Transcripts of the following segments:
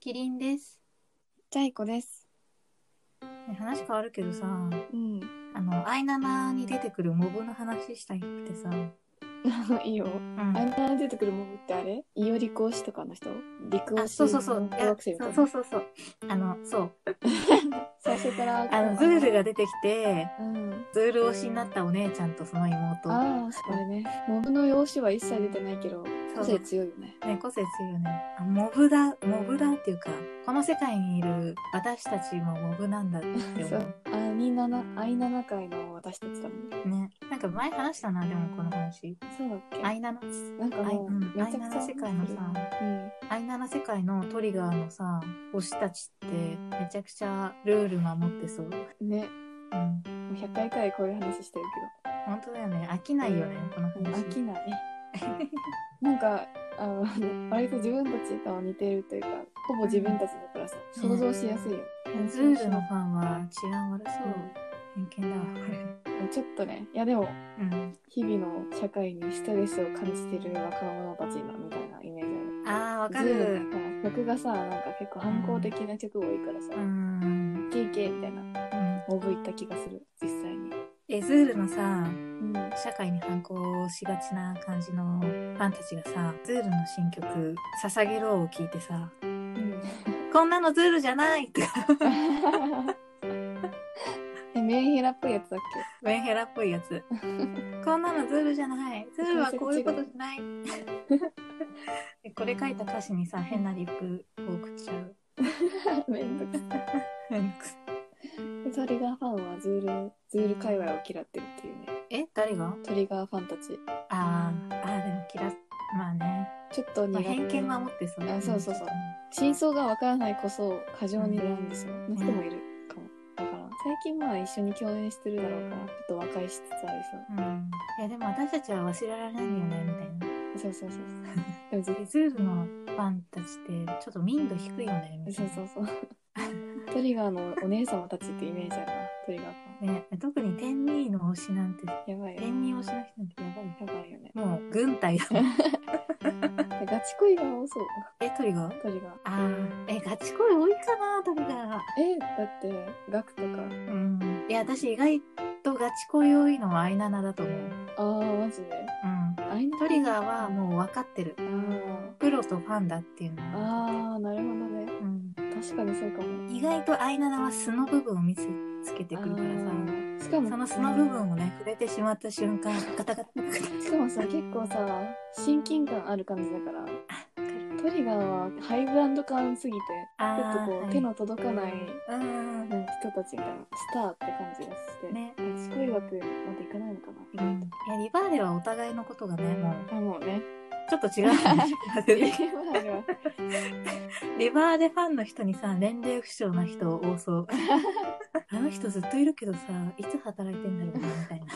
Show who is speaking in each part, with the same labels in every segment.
Speaker 1: キリンです。
Speaker 2: ジャイコです。
Speaker 1: ね話変わるけどさ、
Speaker 2: うん。
Speaker 1: あの、アイナナに出てくるモブの話したくてさ、
Speaker 2: あの、いいよ。
Speaker 1: うん
Speaker 2: あんな出てくるモブってあれいより講師とかの人陸
Speaker 1: あ
Speaker 2: 推し
Speaker 1: そうそうそう。い
Speaker 2: 小
Speaker 1: や
Speaker 2: 学生みたいな。
Speaker 1: そうそうそう。あの、そう。
Speaker 2: 最初から。
Speaker 1: あの、ズールが出てきて、
Speaker 2: うん。
Speaker 1: ズール推しになったお姉ちゃんとその妹。
Speaker 2: ああ、それね。モブの容姿は一切出てないけど、個性強いよね。
Speaker 1: ね、個性強いよね。あモブだ、モブだっていうか、この世界にいる私たちもモブなんだ って
Speaker 2: そ
Speaker 1: 思
Speaker 2: う。あになな、あいなな会の私たちだもんね。
Speaker 1: う。ね。なんか前話したな、でもこの話。
Speaker 2: そうだっけ
Speaker 1: アイナナ、
Speaker 2: なんか
Speaker 1: アイ
Speaker 2: も
Speaker 1: う
Speaker 2: う、
Speaker 1: ん
Speaker 2: めちゃくちゃ。
Speaker 1: アイナナ世界のさ
Speaker 2: うん。
Speaker 1: アイナナ世界のトリガーのさ、推したちってめちゃくちゃルール守ってそう。うん。
Speaker 2: ね。もう100回くらいこういう話してる
Speaker 1: 本当だよね。飽きないよね、この
Speaker 2: けど。
Speaker 1: 話。
Speaker 2: 飽きない。 なんかあの割と自分たちと似てるというかほぼ自分たちだからさ、
Speaker 1: うん
Speaker 2: 想像しやすいよ、
Speaker 1: ズールのファンは治安悪そう。偏見だわ、これ。
Speaker 2: ちょっとねいやでも
Speaker 1: うん。
Speaker 2: 日々の社会にストレスを感じてる若者たち今みたいなイメー
Speaker 1: あ
Speaker 2: ジ
Speaker 1: ー、わ
Speaker 2: あ
Speaker 1: か
Speaker 2: るず
Speaker 1: る
Speaker 2: っ。とさ曲がさなんか結構反抗的な曲多いからさ、
Speaker 1: うん。
Speaker 2: イケ KK みたいな
Speaker 1: うん
Speaker 2: 応募いった気がする実際に、
Speaker 1: え、ズールのさ、
Speaker 2: うん、
Speaker 1: 社会に反抗しがちな感じのファンたちがさ、ズールの新曲、捧げろを聞いてさ、こんなのズールじゃないって、
Speaker 2: えメンヘラっぽいやつだっ
Speaker 1: メンヘラっぽいや つ。こんなのズールじゃない。ズールはこういうことじゃ ない。でこれ書いた歌詞にさ、変なリップを送っちゃう。
Speaker 2: け めんどくさ
Speaker 1: めんどくさい
Speaker 2: いトリガーファンはズールズール界隈を嫌ってるっていうね
Speaker 1: え、誰が
Speaker 2: トリガーファンたち
Speaker 1: あー、あーでも嫌っ、まあね。
Speaker 2: ちょっと
Speaker 1: まあ、
Speaker 2: 苦手、
Speaker 1: 偏見は持ってそう。
Speaker 2: あそうそうそう真相がわからないこそ過剰になんですよ
Speaker 1: ん
Speaker 2: の人もいるかもだから最近まあ一緒に共演してるだろうからちょっと和解しつつあ
Speaker 1: う
Speaker 2: り
Speaker 1: ん。いや、でも私たちは忘れられないよね、みたいな。
Speaker 2: そうそうそうそう そうでも
Speaker 1: デズールのファンたちってちょっと民度低いよねみ
Speaker 2: ず
Speaker 1: たい
Speaker 2: そう
Speaker 1: な
Speaker 2: そうそう トリガーのお姉様たちってイメージあるなトリガー
Speaker 1: ね特に天ーの推しなんて
Speaker 2: ファンやばいよね
Speaker 1: 天ー推しの人なんてやばい
Speaker 2: やばいよね
Speaker 1: もう軍隊だもん
Speaker 2: でガチ恋が多そう
Speaker 1: えトリガー
Speaker 2: トリガー
Speaker 1: あーえガチ恋多いかなトリガー
Speaker 2: えだってガクとか
Speaker 1: うんいや私意外とガチ恋多いのはアイナナだと思う
Speaker 2: あーマジで
Speaker 1: うん
Speaker 2: あいな
Speaker 1: トリガーはもう分かってる
Speaker 2: あー
Speaker 1: プロとファンだっていうのは分かっ
Speaker 2: あーなるほどね
Speaker 1: てるうん
Speaker 2: 確かにそうかも
Speaker 1: 意外とアイナナは素の部分を見せつけてくるからさ
Speaker 2: あーしかも
Speaker 1: その素の部分をね触れてしまった瞬間ガタガタガタガタ
Speaker 2: しかもさ結構さ親近感ある感じだから
Speaker 1: あわかる
Speaker 2: トリガーはハイブランド感すぎてち
Speaker 1: あ
Speaker 2: ょっとこう、手の届かない
Speaker 1: うんうん
Speaker 2: なんか人たちみたいなスターって感じがして、
Speaker 1: ね
Speaker 2: すごい枠までいかないのか
Speaker 1: う
Speaker 2: な、
Speaker 1: ん、いやリバーレはお互いのことがねもう
Speaker 2: あもうね
Speaker 1: ちょっと違う話が出てき
Speaker 2: まあでは
Speaker 1: たリバーレファンの人にさ年齢不詳な人多そうあの人ずっといるけどさいつ働いてんだろうなみたいな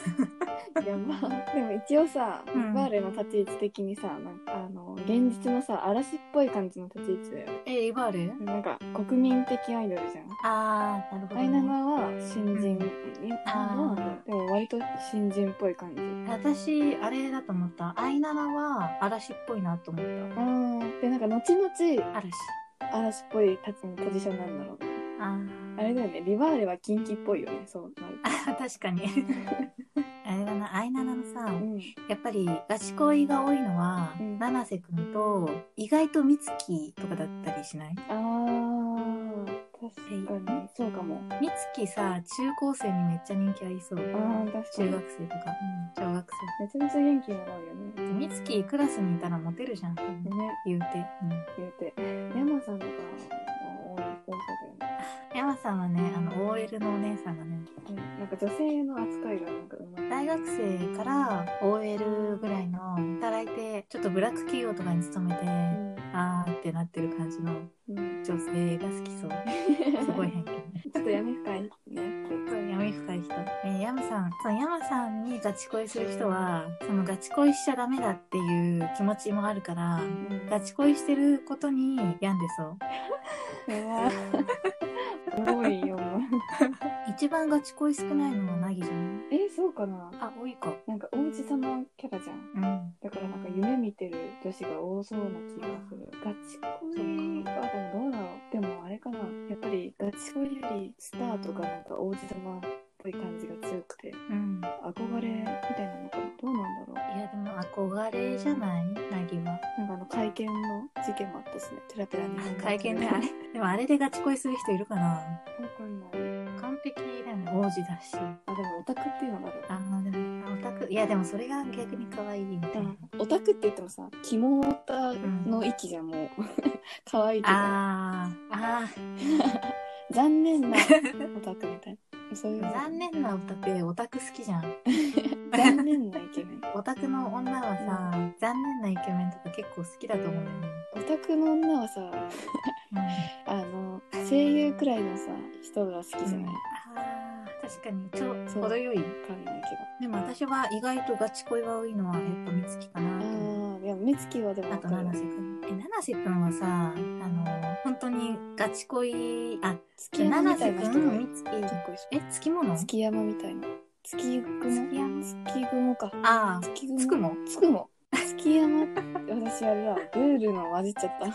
Speaker 2: やばでも一応さ、
Speaker 1: うん
Speaker 2: リバーレの立ち位置的にさなんかあの現実のさ嵐っぽい感じの立ち位置だよね
Speaker 1: えリバーレ
Speaker 2: なんか国民的アイドルじゃん
Speaker 1: ああなるほど、
Speaker 2: アイナ
Speaker 1: ね、
Speaker 2: ナは新人、
Speaker 1: あー
Speaker 2: どうなんだろうでも割と新人っぽい感じ
Speaker 1: 私あれだと思ったアイナナは嵐っぽいなと思っ
Speaker 2: うんでなんか後々
Speaker 1: た嵐
Speaker 2: 嵐っぽい立ちポジションなんだろう
Speaker 1: あ
Speaker 2: なあれだよねリバーレはキンキっぽいよねそうなる
Speaker 1: あ 確かにあれだなアイナナのさ、
Speaker 2: とうん
Speaker 1: やっぱりガチ恋が多いのは、
Speaker 2: うん
Speaker 1: 七瀬くんと意外と美月とかだったりしない
Speaker 2: あー確かにそうかも
Speaker 1: 美月さ中高生にめっちゃ人気ありそう
Speaker 2: あー確か
Speaker 1: 中
Speaker 2: に
Speaker 1: 学生とか、小学
Speaker 2: めちゃめちゃ元気もらうよね
Speaker 1: 生美月クラスにいたらモテるじゃん多分
Speaker 2: ね
Speaker 1: 言うて、
Speaker 2: 言うて山さんとかも多そうだよ
Speaker 1: 山さんはねあの OL のお姉さんがね
Speaker 2: ねうんなんか女性の扱いがなんかうまい
Speaker 1: 大学生から OL ぐらいの働いてちょっとブラック企業とかに勤めて、あーってなってる感じの
Speaker 2: うんう
Speaker 1: 女
Speaker 2: ん
Speaker 1: 性が好きそうすごい 偏見
Speaker 2: ちょっと闇深いね
Speaker 1: 闇深い人、えー、ヤムさんそのヤムさんにガチ恋する人はそのガチ恋しちゃダメだっていう気持ちもあるから
Speaker 2: うん
Speaker 1: ガチ恋してることに病んでそう
Speaker 2: やばすごいよもう
Speaker 1: 一番ガチ恋少ないのはナギじゃない
Speaker 2: えそうかな
Speaker 1: あ多いか
Speaker 2: なんか王子様キャラじゃん
Speaker 1: うん
Speaker 2: だからなんか夢見てる女子が多そうな気がする。ガチ恋はでもどうだろう。ガチ恋よりスターとかなんか王子様っぽい感じが強くて
Speaker 1: うん
Speaker 2: 憧れみたいなのかなどうなんだろう
Speaker 1: いやでも憧れじゃないなぎは
Speaker 2: なんかあの会見の事件もあったしねペラペラに
Speaker 1: 会見で
Speaker 2: わ
Speaker 1: あれでもあれでガチ恋する人いるかな
Speaker 2: かんない
Speaker 1: 完璧だよね王子だし
Speaker 2: あでもオタクっていうのがある
Speaker 1: あーでもあオタクいやでもそれが逆に可愛いみたいな、
Speaker 2: オタクって言ってもさキモオタ
Speaker 1: うん、
Speaker 2: の域じゃんもう可愛いけど
Speaker 1: あーあ
Speaker 2: 残念なオタクみたいなそういう
Speaker 1: ー残念なオタクでオタク好きじゃん
Speaker 2: 残念なイケメン
Speaker 1: オタクの女はさ、残念なイケメンとか結構好きだと思うんだよね、
Speaker 2: オタクの女はさあの声優くらいのさ人が好きじゃない、
Speaker 1: あー確かにちょ
Speaker 2: そう
Speaker 1: 程よい
Speaker 2: わかんないけど
Speaker 1: でも私は意外とガチ恋が多いのはやっぱ美月かなと思う
Speaker 2: ああいや目つきはでも
Speaker 1: あ
Speaker 2: わ
Speaker 1: と
Speaker 2: かる
Speaker 1: 七瀬くんえ七瀬くんはさあの本当にガチ恋あ
Speaker 2: 月山み
Speaker 1: 七
Speaker 2: た
Speaker 1: 瀬
Speaker 2: いな
Speaker 1: く
Speaker 2: 人が
Speaker 1: ん
Speaker 2: 結
Speaker 1: 美
Speaker 2: 構いそ
Speaker 1: え月物
Speaker 2: う月山みたいな月
Speaker 1: 月
Speaker 2: 雲
Speaker 1: 山
Speaker 2: 月雲か
Speaker 1: あ
Speaker 2: 月
Speaker 1: あ
Speaker 2: 雲
Speaker 1: つくも
Speaker 2: つくも月山私あれだグールの混じっちゃった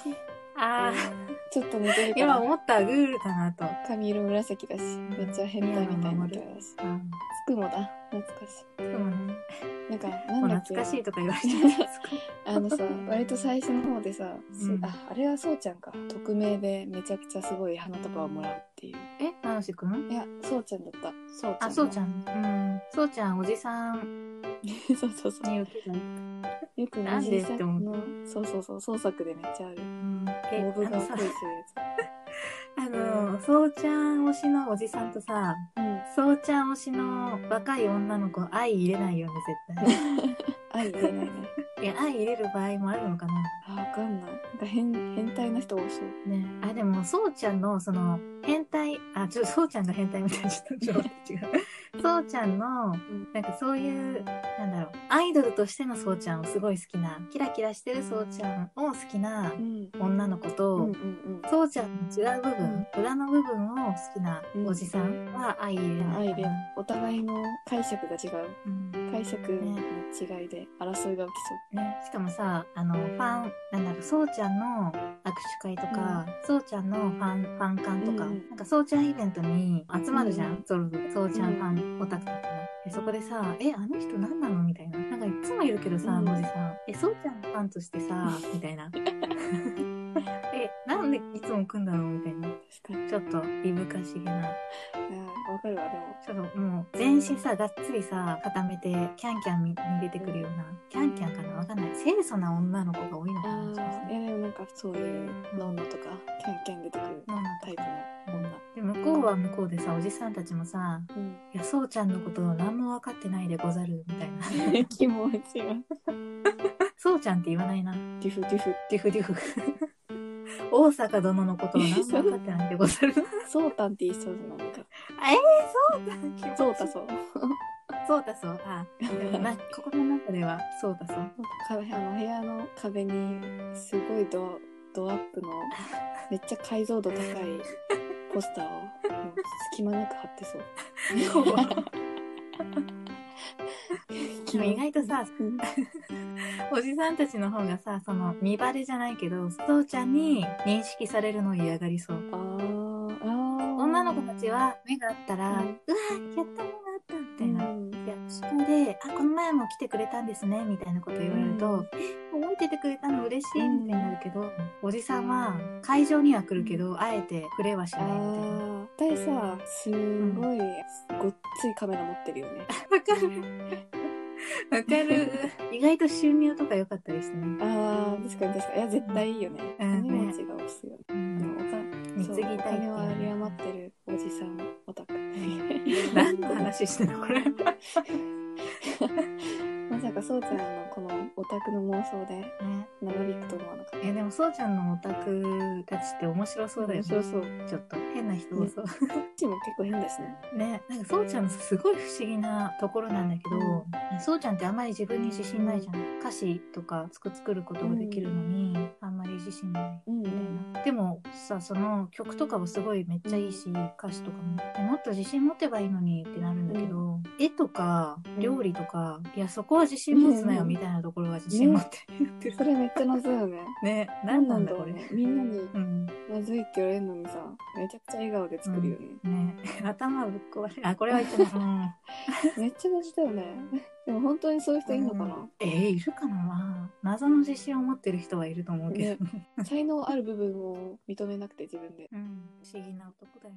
Speaker 1: ああ
Speaker 2: ちょっと似てる か
Speaker 1: 今
Speaker 2: ら
Speaker 1: 思ったグールだなとあ
Speaker 2: 髪色紫だしめっちゃ変態みたいになってるしつ
Speaker 1: ー
Speaker 2: くもだ懐かし
Speaker 1: つくもね
Speaker 2: いなんか
Speaker 1: も
Speaker 2: な
Speaker 1: うん
Speaker 2: だっけ
Speaker 1: 懐かしいとか言われてた
Speaker 2: あのさ割と最初の方でさ、す
Speaker 1: うん
Speaker 2: ああれはそうちゃんか匿名でめちゃくちゃすごい花束をもらうっていう
Speaker 1: え七瀬くん
Speaker 2: いやそうちゃんだったそうちゃん
Speaker 1: あそうちゃ
Speaker 2: ん
Speaker 1: んうんそうちゃんおじさん
Speaker 2: そうそうそう
Speaker 1: に受けた
Speaker 2: よく
Speaker 1: なんでって思
Speaker 2: のそうそうそう創作でめっちゃある
Speaker 1: え
Speaker 2: モブ
Speaker 1: あの
Speaker 2: が恋
Speaker 1: さ
Speaker 2: するや
Speaker 1: あのそうちゃん推しのおじさんとさ
Speaker 2: つうん
Speaker 1: そうちゃん推しの若い女の子愛入れないよね絶対
Speaker 2: 愛入れないね
Speaker 1: いや愛入れる場合もあるのかな
Speaker 2: あわかんないなんか変変態な人多そう
Speaker 1: ねあでもそうちゃんのその変態あちょっとそうちゃんが変態みたいなちょっとちょっと違うそうちゃんの
Speaker 2: ん
Speaker 1: なんかそういうなんだろうアイドルとしてのそうちゃんをすごい好きなキラキラしてるそうちゃんを好きな
Speaker 2: うん
Speaker 1: 女の子と、
Speaker 2: うんうんうん
Speaker 1: そうちゃんの違う部分、裏の部分を好きなおじさんは相入れない。
Speaker 2: 愛入れお互いの解釈が違う
Speaker 1: うん
Speaker 2: 解釈の違いで争いが起き
Speaker 1: ね、しかもさ、あの、ファン、なんだろう、そうちゃんの握手会とか、そうちゃんのファン、ファン館とか、
Speaker 2: うんうん
Speaker 1: なんかそうちゃんイベントに集まるじゃ
Speaker 2: うん
Speaker 1: ん
Speaker 2: う、
Speaker 1: そろそろそうちゃんファンオタクとかの。でそこでさ、え、あの人何なのみたいな。なんかいつもいるけどさ、
Speaker 2: うん
Speaker 1: あのおじさん。え、そうちゃんのファンとして さ、みたいな。え、なんでいつも来んだろうみたいな。
Speaker 2: そう確
Speaker 1: ちょっと、いぶかしげな。
Speaker 2: かにあわかるわでも
Speaker 1: ちょっともう全身さがっつりさ固めてキャンキャンに出てくるようなキャンキャンかなわかんない清楚な女の子が多いのかな
Speaker 2: ああいやでもなんかそういうノンノとかキャンキャン出てくる
Speaker 1: ママ
Speaker 2: タ
Speaker 1: と
Speaker 2: イ
Speaker 1: か
Speaker 2: プの女
Speaker 1: で向こうは向こうでさおじさんたちもさ
Speaker 2: うん
Speaker 1: 「いやそうちゃんのこと何も分かってないでござる」みたいな
Speaker 2: 気持ちが
Speaker 1: そうちゃんって言わないな
Speaker 2: デュフデュフ
Speaker 1: デュフデュフ 大阪殿のことを何も分かってないでござる
Speaker 2: そうたんって言いそうじゃないかそうたそう
Speaker 1: そうだそうあでもな心の中ではそうだそう
Speaker 2: 壁あの部屋の壁にすごいドドアップのめっちゃ解像度高いポスターをもう隙間なく貼って そう。
Speaker 1: でも意外とさ
Speaker 2: うん
Speaker 1: おじさんたちの方がさその見バレじゃないけどそうちゃんに認識されるのを嫌がりそう
Speaker 2: あーあー
Speaker 1: 女の子たちは目があったら「う
Speaker 2: う
Speaker 1: わ
Speaker 2: ん
Speaker 1: やったものあった」みたいな。
Speaker 2: うん
Speaker 1: いやそこで「あこの前も来てくれたんですね」みたいなこと言われると「
Speaker 2: う
Speaker 1: え覚えててくれたの嬉しい」
Speaker 2: うん
Speaker 1: みたいになるけど、おじさんは会場には来るけどあえて触れはしな
Speaker 2: あ
Speaker 1: いみたいな。
Speaker 2: ー大体さすごいごっついカメラ持ってるよね。
Speaker 1: わかるわかる意外と収入とか良かったりしてね。
Speaker 2: ああ確かに確かにいや絶対いいよね。
Speaker 1: うん
Speaker 2: 金持ちが押すよね。あのお金
Speaker 1: 見
Speaker 2: そう
Speaker 1: 継ぎたいって
Speaker 2: お
Speaker 1: い
Speaker 2: 金
Speaker 1: う
Speaker 2: は有り余ってるおじさんオタク
Speaker 1: 何の話してんのこれ。
Speaker 2: まさかそうちゃんのこのオタクの妄想で長引くと思わなかっ
Speaker 1: えでもそうちゃんのオタクたちって面白
Speaker 2: た
Speaker 1: そうだよね
Speaker 2: そうそう
Speaker 1: ちょっと変な人多そう
Speaker 2: ちも結構変だしね
Speaker 1: ねなんかそうちゃんのすごい不思議なところなんだけど、そうちゃんってあんまり自分に自信ないじゃん歌詞とか作作ることができるのに、あんまり自信ない
Speaker 2: うん
Speaker 1: みたいなでもさその曲とかはすごいめっちゃいいし歌詞とかもえもっと自信持てばいいのにってなるんだけど、絵とか料理とか、いやそこは自信持つなよみたいなところは自信持って言ってる
Speaker 2: それめっちゃ謎よね。
Speaker 1: ね何なんだ
Speaker 2: ろ
Speaker 1: こ
Speaker 2: う
Speaker 1: れ、
Speaker 2: ね。みんなに
Speaker 1: うん
Speaker 2: まずいって言われるのにさ、めちゃくちゃ笑顔で作るよね。
Speaker 1: ね頭ぶっ壊れあこれは言ってない、うん
Speaker 2: めっちゃ謎だよね。でも本当にそういう人いるのかな、
Speaker 1: えー、いるかな謎の自信を持ってる人はいると思うけどね、
Speaker 2: 才能ある部分を認めなくて自分で。
Speaker 1: うん、不思議な男だよ